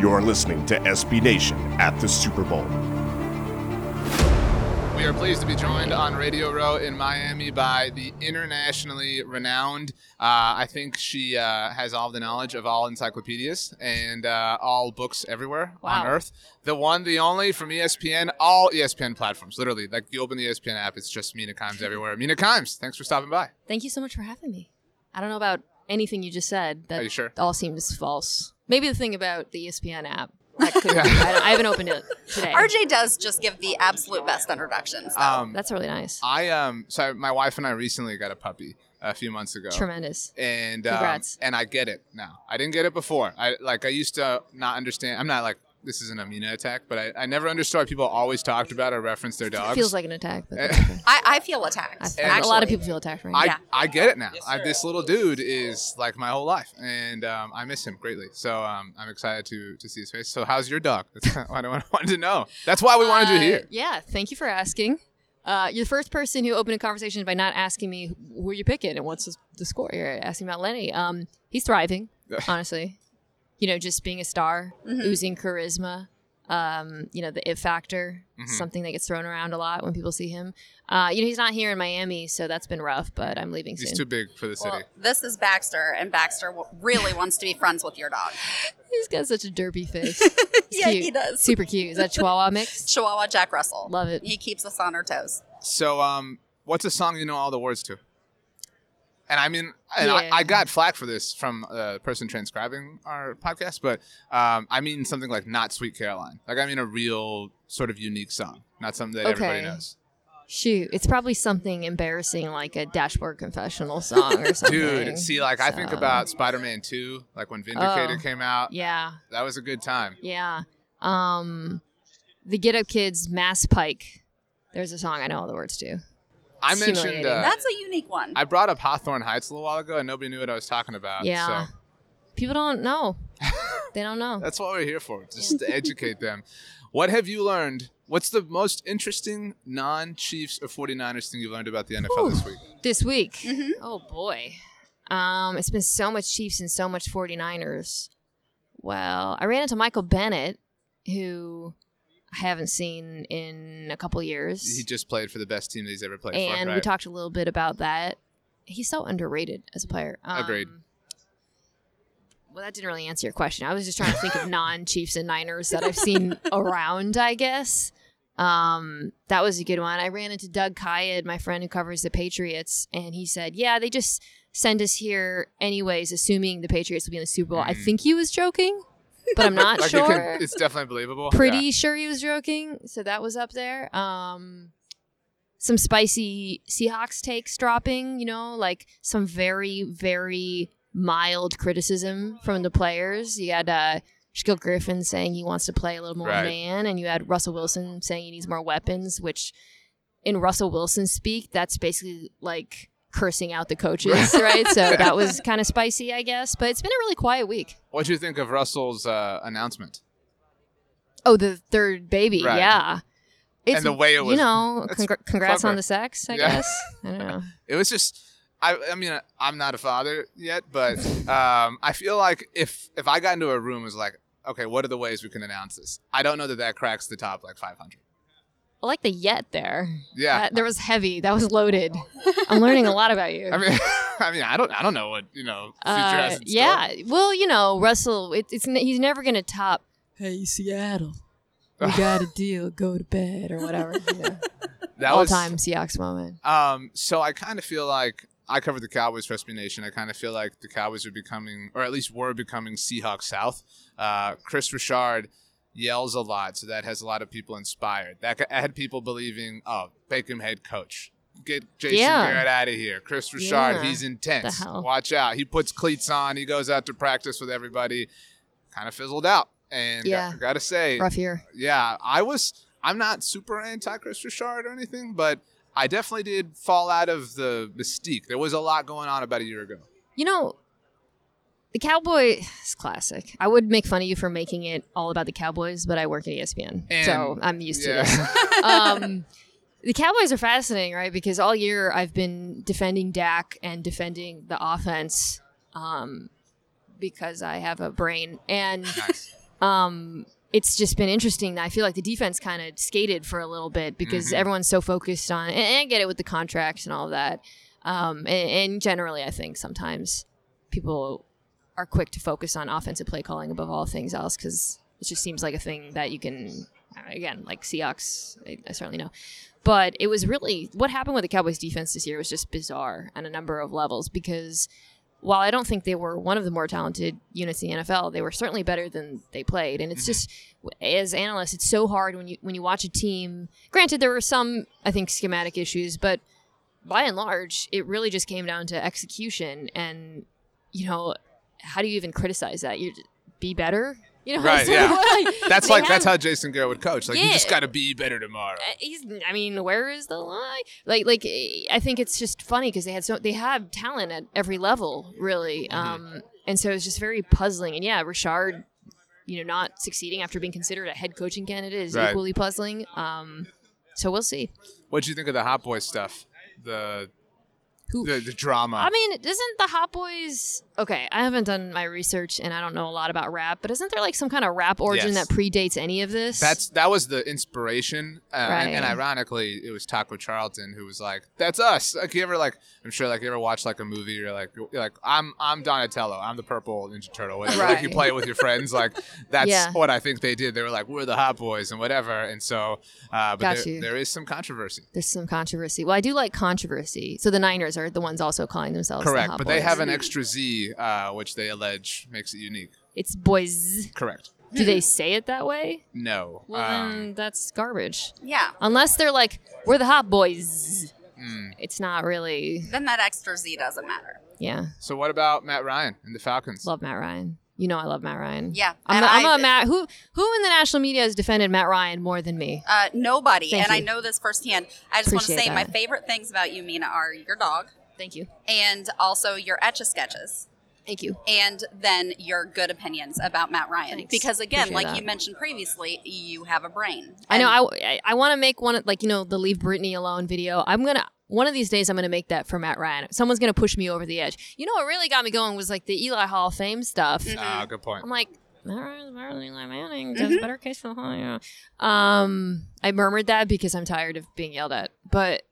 You're listening to SB Nation at the Super Bowl. We are pleased to be joined on Radio Row in Miami by the internationally renowned. Uh, I think she uh, has all the knowledge of all encyclopedias and uh, all books everywhere on Wow. earth. The one, the only from E ESPN, all ESPN platforms. Literally, like you open the E ESPN app, it's just Mina Kimes everywhere. Mina Kimes, thanks for stopping by. Thank you so much for having me. I don't know about anything you just said. That Are you sure? all seems false. Maybe the thing about the E ESPN app. That could be. I, don't- I haven't opened it today. RJ does just give the absolute best introductions. Um, That's really nice. I um, so my wife and I recently got a puppy a few months ago. Tremendous. and um, Congrats. and I get it now. I didn't get it before. I like I used to not understand. I'm not like this is an Amina attack, but I, I never understood why people always talked about or referenced their dogs. Feels like an attack, but Eh. okay. I, I feel attacked. I, a actually. lot of people feel attacked right now. I, Yeah. I get it now. I, this little dude is like my whole life, and um, I miss him greatly. So um, I'm excited to to see his face. So how's your dog? That's what I wanted to know. That's why we wanted you Uh, here. Yeah, thank you for asking. Uh, you're the first person who opened a conversation by not asking me who you picking and what's the- the score. You're asking about Lenny. Um, he's thriving, honestly. You know, just being a star, Mhm. oozing charisma. Um, you know, the it factor, Mhm. something that gets thrown around a lot when people see him. Uh, you know, he's not here in Miami, so that's been rough. But I'm leaving He's soon. too big for the city. Well, this is Baxter, and Baxter w- really wants to be friends with your dog. he's got such a derpy face. It's yeah, cute. he does. Super cute. Is that Chihuahua mix? Chihuahua Jack Russell. Love it. He keeps us on our toes. So, um, what's a song you know all the words to? And I mean, and Yeah. I, I got flack for this from a person transcribing our podcast, but um, I mean something like "Not Sweet Caroline." Like I mean a real sort of unique song, not something that everybody Okay. knows. Shoot, it's probably something embarrassing like a dashboard confessional song or something. Dude, see, like I think So, about Spider-Man Two, like when Vindicator Oh. came out, Yeah, that was a good time. yeah. Um the Get Up Kids Mass Pike. There's a song I know all the words to. I It's mentioned humiliating. uh, That's a unique one. I brought up Hawthorne Heights a little while ago, and nobody knew what I was talking about. Yeah. so People don't know. they don't know. That's what we're here for, just to educate them. What have you learned? What's the most interesting non Chiefs or 49ers thing you learned about the NFL this week? This week. Mhm. Oh boy. Um it's been so much Chiefs and so much 49ers. Well, I ran into Michael Bennett who I haven't seen in a couple years. He just played for the best team that he's ever played for. and we right? talked a little bit about that. He's so underrated as a player. Um, Agreed. Well, that didn't really answer your question. I was just trying to think of non-Chiefs and Niners that I've seen around. I guess um, that was a good one. I ran into Doug Kyad, my friend who covers the Patriots, and he said, "Yeah, they just send us here anyways, assuming the Patriots will be in the Super Bowl." I Mm. think he was joking, but I'm not like you sure could- it's definitely believable. pretty sure he was joking. So that was up there. Um, some spicy Seahawks takes dropping, you know, like some very, very mild criticism from the players. You had uh, Shaquille Griffin saying he wants to play a little more Right. man, and you had Russell Wilson saying he needs more weapons, which in Russell Wilson speak, that's basically like cursing out the coaches, right? So that was kind of spicy, I guess. But it's been a really quiet week. What do you think of Russell's uh, announcement? Oh, the third baby. Right. Yeah. It's, the way it was- you know, that's congr- congrats clever. on the sex, I Yeah. guess. I don't know. It was just. I, I mean, I'm not a father yet, but um, I feel like if if I got into a room and was like, okay, what are the ways we can announce this? I don't know that that cracks the top like 500. I like the yet there. Yeah, That, there was heavy. That was loaded. I'm learning a lot about you. I mean, I mean, I don't, I don't know what you know. Future Uh, has in store. yeah. Well, you know, Russell, it, it's n- he's never going to top, hey, Seattle, we got a deal, go to bed, or whatever. You know. that All was time Seahawks moment. Um, so I kind of feel like I covered the Cowboys for SB Nation. I kind of feel like the Cowboys are becoming, or at least were becoming, Seahawks South. Uh, Chris Richard yells a lot, so that has a lot of people inspired. That ca- had people believing, oh, Beckham head coach. Get Jason Yeah. Garrett out of here. Chris Richard, Yeah. he's intense. The hell? Watch out. He puts cleats on. He goes out to practice with everybody. Kind of fizzled out. And Yeah. got, to say, Rough year. yeah, I was. I'm not super anti Chris Richard or anything, but I definitely did fall out of the mystique. There was a lot going on about a year ago. You know, the Cowboy is classic. I would make fun of you for making it all about the Cowboys, but I work at E ESPN, so And- I'm used to this. Yeah, um, the Cowboys are fascinating, right? Because all year I've been defending Dak and defending the offense um, because I have a brain. And nice. um, it's just been interesting. I feel like the defense kind of skated for a little bit because Mhm. everyone's so focused on, and, and I get it with the contracts and all of that. Um, and, and generally, I think sometimes people are quick to focus on offensive play calling above all things else because it just seems like a thing that you can, again, like Seahawks, I, I certainly know. But it was really what happened with the Cowboys defense this year was just bizarre on a number of levels because while I don't think they were one of the more talented units in the NFL, they were certainly better than they played. And Mm-hmm. it's just as analysts, it's so hard when you when you watch a team. Granted, there were some I think schematic issues, but by and large, it really just came down to execution. And you know, how do you even criticize that? You be better. You know, Right, that's sort yeah. of what I- That's they like have- that's how Jason Garrett would coach. Like you just Yeah. got to be better tomorrow. uh, he's i mean where is the line like like eh, i think it's just funny because they had so they have talent at every level really Mm-hmm. um and so it's just very puzzling and yeah richard you know not succeeding after being considered a head coaching candidate is Right. equally puzzling um so we'll see What would you think of the hot boy stuff? The who the, the drama. I mean, isn't the Hot Boys okay? I haven't done my research and I don't know a lot about rap, but isn't there like some kind of rap origin Yes. that predates any of this? that's that was the inspiration, uh, and, and Right. ironically, it was Taco Charlton who was like, "That's us." Like you ever like, I'm sure like you ever watch like a movie, you're like, you're like I'm I'm Donatello, I'm the Purple Ninja Turtle. Whatever. Like you Right. play it with your friends, like that's Yeah. what I think they did. They were like, "We're the Hot Boys" and whatever, and so, uh, but Got there, you. there is some controversy. there's some controversy. Well, I do like controversy. So the Niners are the ones also calling themselves the Correct, Hot but they Boys. have an extra Z, uh, which they allege makes it unique. It's boys. Correct. Do they say it that way? No. Well, Um, then that's garbage. Yeah. Unless they're like, we're the hot boys. mm. It's not really. Then that extra Z doesn't matter. Yeah. So what about Matt Ryan and the Falcons? Love Matt Ryan. You know I love Matt Ryan. Yeah, I'm, and a, I'm I- a Matt. Who who in the national media has defended Matt Ryan more than me? Uh, nobody, Thank and I you. know this firsthand. I just want to Appreciate say my that. favorite things about you, Mina, are your dog Uh, Thank you. and also your etch a sketches. Thank you. and then your good opinions about Matt Ryan. Thanks. Because again, Appreciate like that. you mentioned previously, you have a brain. I know. I- I I want to make one of- like you know the leave Britney alone video. I'm gonna one of these days I'm gonna make that for Matt Ryan. Someone's gonna push me over the edge. You know what really got me going was like the Eli Hall of Fame stuff. Ah, good point. I'm like, Matt Ryan's better than Eli Manning. Does Mm-hmm. better case for the whole. Yeah. Um, I murmured that because I'm tired of being yelled at. But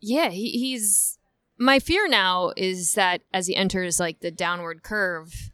yeah, he, he's my fear now is that as he enters like the downward curve,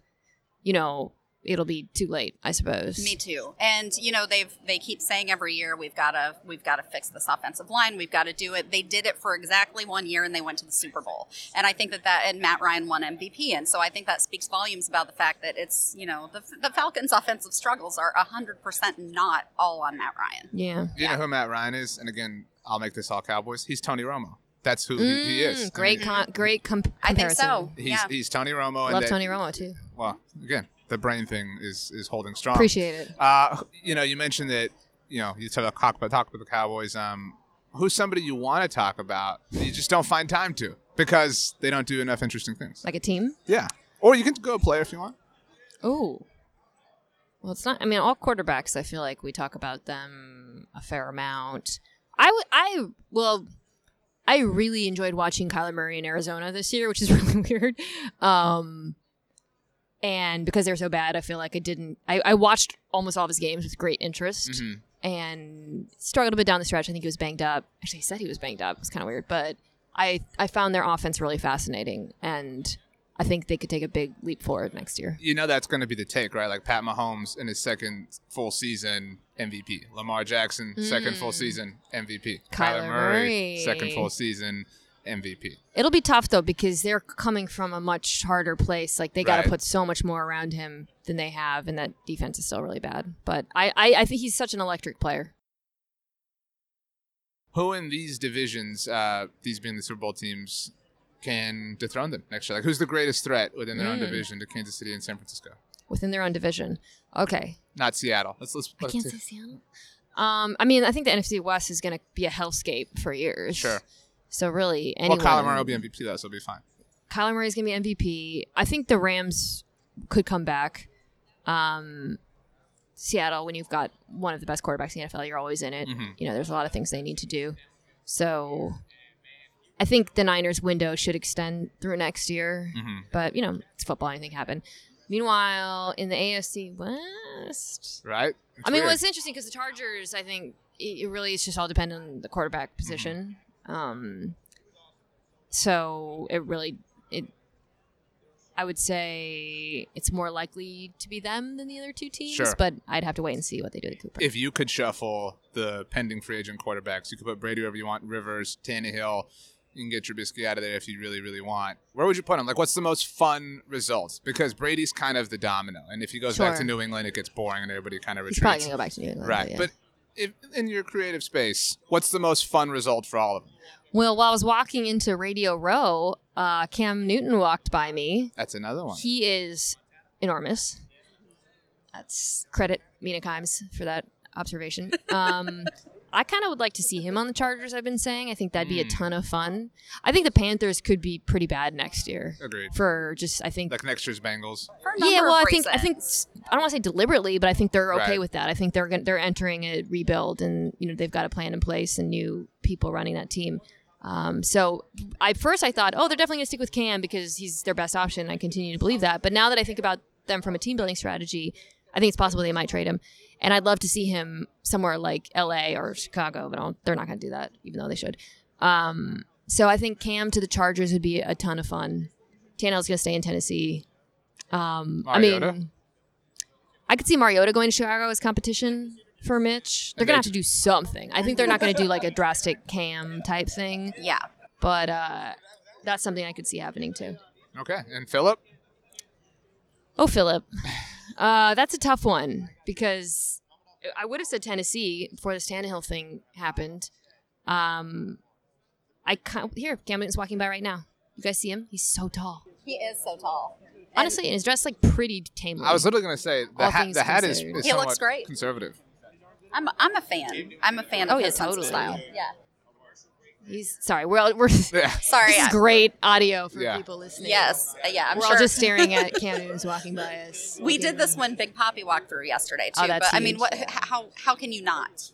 you know, it'll be too late. I suppose. Me too. And you know they've they keep saying every year we've got to we've got to fix this offensive line. We've got to do it. They did it for exactly one year and they went to the Super Bowl. And I think that that and Matt Ryan won MVP. And so I think that speaks volumes about the fact that it's you know the, the Falcons' offensive struggles are hundred percent not all on Matt Ryan. Yeah. Do you know who Matt Ryan is? And again, I'll make this all Cowboys. He's Tony Romo. That's who he, he is. Mm, great, I mean, con- great com- I think comparison. so. he's yeah. he's Tony Romo. and Love that- Tony Romo too. Well, again, the brain thing is is holding strong. Appreciate it. Uh, you know, you mentioned that. You know, you talk about talk about, talk about the Cowboys. Um, who's somebody you want to talk about? That you just don't find time to because they don't do enough interesting things. Like a team. yeah. Or you can go player if you want. Oh. Well, it's not. I mean, all quarterbacks. I feel like we talk about them a fair amount. I would. I well, I really enjoyed watching Kyler Murray in Arizona this year, which is really weird. Um, and because they're so bad, I feel like I didn't. I, I watched almost all of his games with great interest Mhm. and struggled a bit down the stretch. I think he was banged up. Actually, he said he was banged up. It was kind of weird, but I I found their offense really fascinating, and I think they could take a big leap forward next year. you know that's going to be the take, right? Like Pat Mahomes in his second full season MVP, Lamar Jackson second full season MVP, Mm. Kyler Murray. second full season MVP. It'll be tough though because they're coming from a much harder place. Like they got to Right. put so much more around him than they have, and that defense is still really bad. But I, I, I think he's such an electric player. Who in these divisions, uh, these being the Super Bowl teams, can dethrone them next year? Like who's the greatest threat within their own Mm. division to Kansas City and San Francisco? Within their own division. Okay. Not Seattle. Let's let's. I let's can't take- say Seattle. Um, I mean, I think the NFC West is going to be a hellscape for years. Sure. So really, Well, anyone. Kyler Murray will be MVP though, so it'll be fine. Kyler Murray's gonna be MVP. I think the Rams could come back. Um, Seattle, when you've got one of the best quarterbacks in the NFL, you're always in it. Mhm. You know, there's a lot of things they need to do. So, I think the Niners' window should extend through next year. Mhm. But you know, it's football; anything can happen. Meanwhile, in the AFC West, right? It's I mean, weird. well, it's interesting because the Chargers, I think, it, it really is just all dependent on the Mm-hmm. quarterback position. Um, so it really, it, I would say it's more likely to be them than the other two teams. Sure. But I'd have to wait and see what they do to Cooper. if you could shuffle the pending free agent quarterbacks, you could put Brady wherever you want, Rivers, Tannehill. You can get Trubisky out of there if you really, really want. Where would you put him? Like, what's the most fun result? Because Brady's kind of the domino, and if he goes back Sure. to New England, it gets boring and everybody kind of He's probably retreats. gonna go back to New England, right, yeah. but if in your creative space, what's the most fun result for all of them? Well, while I was walking into Radio Row, uh, Cam Newton walked by me. That's another one. He is enormous. That's credit Mina Kimes for that observation. Um, I kind of would like to see him on the Chargers. I've been saying I think that'd be a ton of fun. I think the Panthers could be pretty bad next year. Agreed. For just I think Like next year's Bengals. For a yeah, number well, of I think I think reasons. I don't want to say deliberately, but I think they're okay Right. with that. I think they're gonna, they're entering a rebuild, and you know they've got a plan in place and new people running that team. Um, so I first I thought, oh, they're definitely gonna stick with Cam because he's their best option. I continue to believe that, but now that I think about them from a team building strategy, I think it's possible they might trade him, and I'd love to see him somewhere like L.A. or Chicago, but I don't, they're not gonna do that, even though they should. Um, so I think Cam to the Chargers would be a ton of fun. Tannehill's gonna stay in Tennessee. Um, I Mariota? mean, I could see Mariota going to Chicago as competition for Mitch. They're And gonna they have to do something. I think they're not gonna do like a drastic Cam type thing, yeah. but uh, that's something I could see happening too. Okay, and Philip. Oh, Philip, uh, that's a tough one because I would have said Tennessee before this Tannehill thing happened. Um, I can't, here Cam Newton's walking by right now. You guys see him? He's so tall. He is so tall. Honestly, and he's dressed like pretty tamely. I was literally going to say the All hat. things The hat is, considered. is He looks somewhat great. conservative. I'm a, I'm a fan. I'm a fan Oh, of yeah, his sense of totally. style. Yeah. He's sorry. We're all, we're this Yeah. Sorry. is I- great audio for Yeah. people listening. yes. uh, Yeah. I'm we're sure. all just staring at Cam Newton's walking by us. we looking- did this one Big Poppy walkthrough yesterday too. Oh, that's but I mean, huge, what? yeah. How how can you not?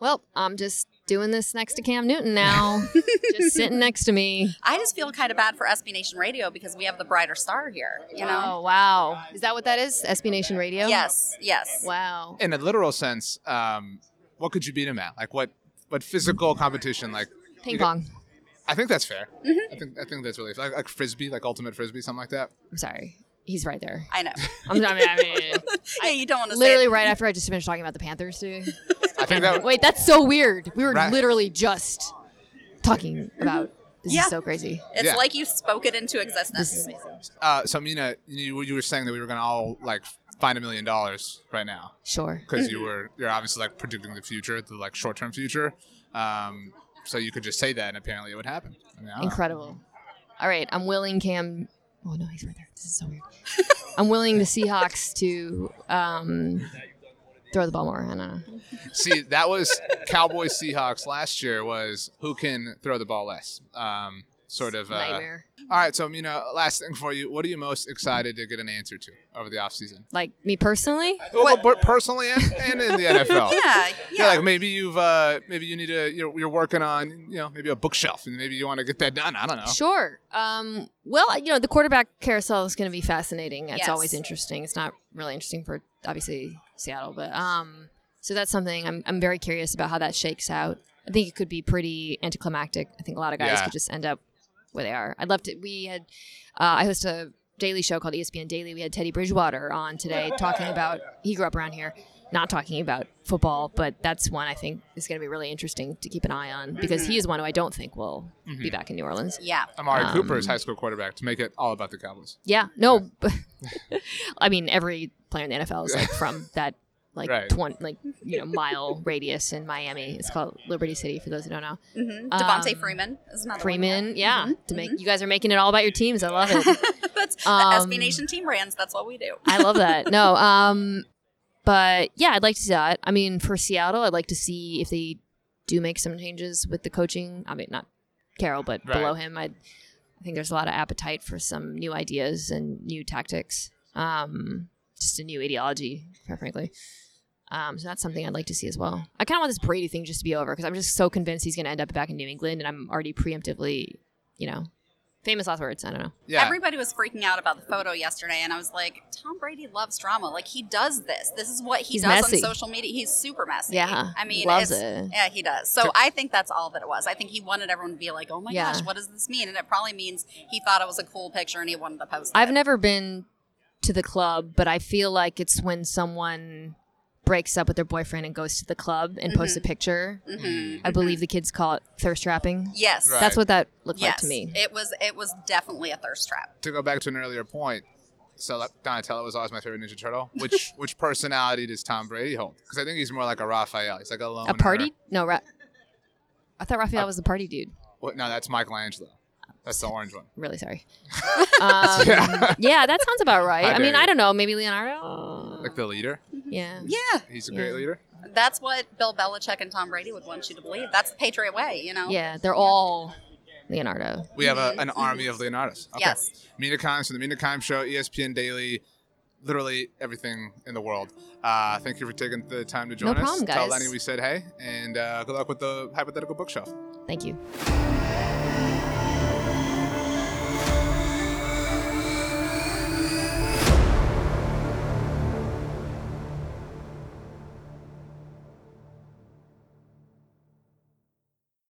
Well, I'm just doing this next to Cam Newton now, just sitting next to me. I just feel kind of bad for SB Nation Radio because we have the brighter star here. You know. Oh wow, is that what that is? SB Nation Radio. Yes. Yes. Wow. in a literal sense, um, what could you beat him at? Like what what physical competition? Like Ping pong. Mm-hmm. I think that's fair. I think I think that's really like, like frisbee, like ultimate frisbee, something like that. I'm sorry. He's right there. I know. I'm, I mean, I mean yeah, you don't want to literally Say it. right after I just finished talking about the Panthers, dude. I think that Wait, that's so weird. We were Right. literally just talking about. This Yeah. is so crazy. It's yeah. like you spoke it into existence. This is amazing. uh, so Mina, you, you were saying that we were gonna all like find a million dollars right now Sure. because you were you're obviously like predicting the future, the like short term future. Um, so you could just say that, and apparently it would happen. I mean, I don't know. Incredible. All right, I'm willing Cam. Oh no, he's right there. This is so weird. I'm willing the Seahawks to um, throw the ball more. I don't know. See, that was Cowboys Seahawks last year. Was who can throw the ball less? Um, sort of uh, Nightmare. All right, so Mina, last thing for you. What are you most excited to get an answer to over the offseason? Like me personally, Well, but personally and, and in the NFL. Yeah. Yeah, Yeah. like maybe you've uh, maybe you need to you're, you're working on you know maybe a bookshelf and maybe you want to get that done. I don't know. sure. Um, well, you know the quarterback carousel is going to be fascinating. It's Yes. always interesting. It's not really interesting for obviously Seattle, but um, so that's something I'm I'm very curious about how that shakes out. I think it could be pretty anticlimactic. I think a lot of guys Yeah. could just end up where they are. I'd love to. We had uh, I host a daily show called E ESPN Daily. We had Teddy Bridgewater on today talking about he grew up around here, not talking about football, but that's one I think is going to be really interesting to keep an eye on because Mm-hmm. he is one who I don't think will be back in New Orleans. Yeah. Amari Um, Cooper is high school quarterback to make it all about the Cowboys. Yeah, no, I mean every player in the NFL is like from that like Right. 20 like you know mile radius in Miami. It's called Liberty City for those who don't know. hmm Devontae Um, Freeman is another Freeman, One yeah, to make you guys are making it all about your teams. I love it. yeah. That's Um, the SB Nation team brands. That's what we do. I love that. No, um, but yeah, I'd like to see that. I mean, for Seattle, I'd like to see if they do make some changes with the coaching. I mean, not Carroll, but Right. below him, I, I think there's a lot of appetite for some new ideas and new tactics. Um, just a new ideology, quite frankly. Um, so that's something I'd like to see as well. I kind of want this Brady thing just to be over because I'm just so convinced he's going to end up back in New England, and I'm already preemptively, you know, Famous last words. I don't know. Yeah. Everybody was freaking out about the photo yesterday, and I was like, Tom Brady loves drama. Like he does this. This is what he He's does messy. on social media. He's super messy. Yeah, I mean, loves it's- it. Yeah, he does. So I think that's all that it was. I think he wanted everyone to be like, "Oh my Yeah. gosh, what does this mean?" And it probably means he thought it was a cool picture and he wanted to post it. I've never been to the club, but I feel like it's when someone breaks up with their boyfriend and goes to the club and posts Mm-hmm. a picture. Mhm. I believe the kids call it thirst trapping. Yes. Mm. Right. That's what that looked Yes. like to me. It was. It was definitely a thirst trap. to go back to an earlier point, so like, Donatello was always my favorite Ninja Turtle. Which which personality does Tom Brady hold? Because I think he's more like a Raphael. He's like a loner. a party? No, Ra- I thought Raphael was the party dude. What- no, that's Michelangelo. That's the orange one. Really sorry. Um, yeah. that sounds about right. How I, Uh, mean, dare you. I don't know. Maybe Leonardo. Like the leader. yeah. Yeah, He's a great Yeah. leader. that's what Bill Belichick and Tom Brady would want you to believe. That's the Patriot way, you know. Yeah, they're all Leonardo. We have Mm-hmm. a, an army of Leonardos. Okay. Yes. Mina Kimes from the Mina Kimes Show, E ESPN Daily, literally everything in the world. Uh, thank you for taking the time to join us. problem, Tell guys. Lenny we said hey, and uh, good luck with the hypothetical bookshelf. Thank you.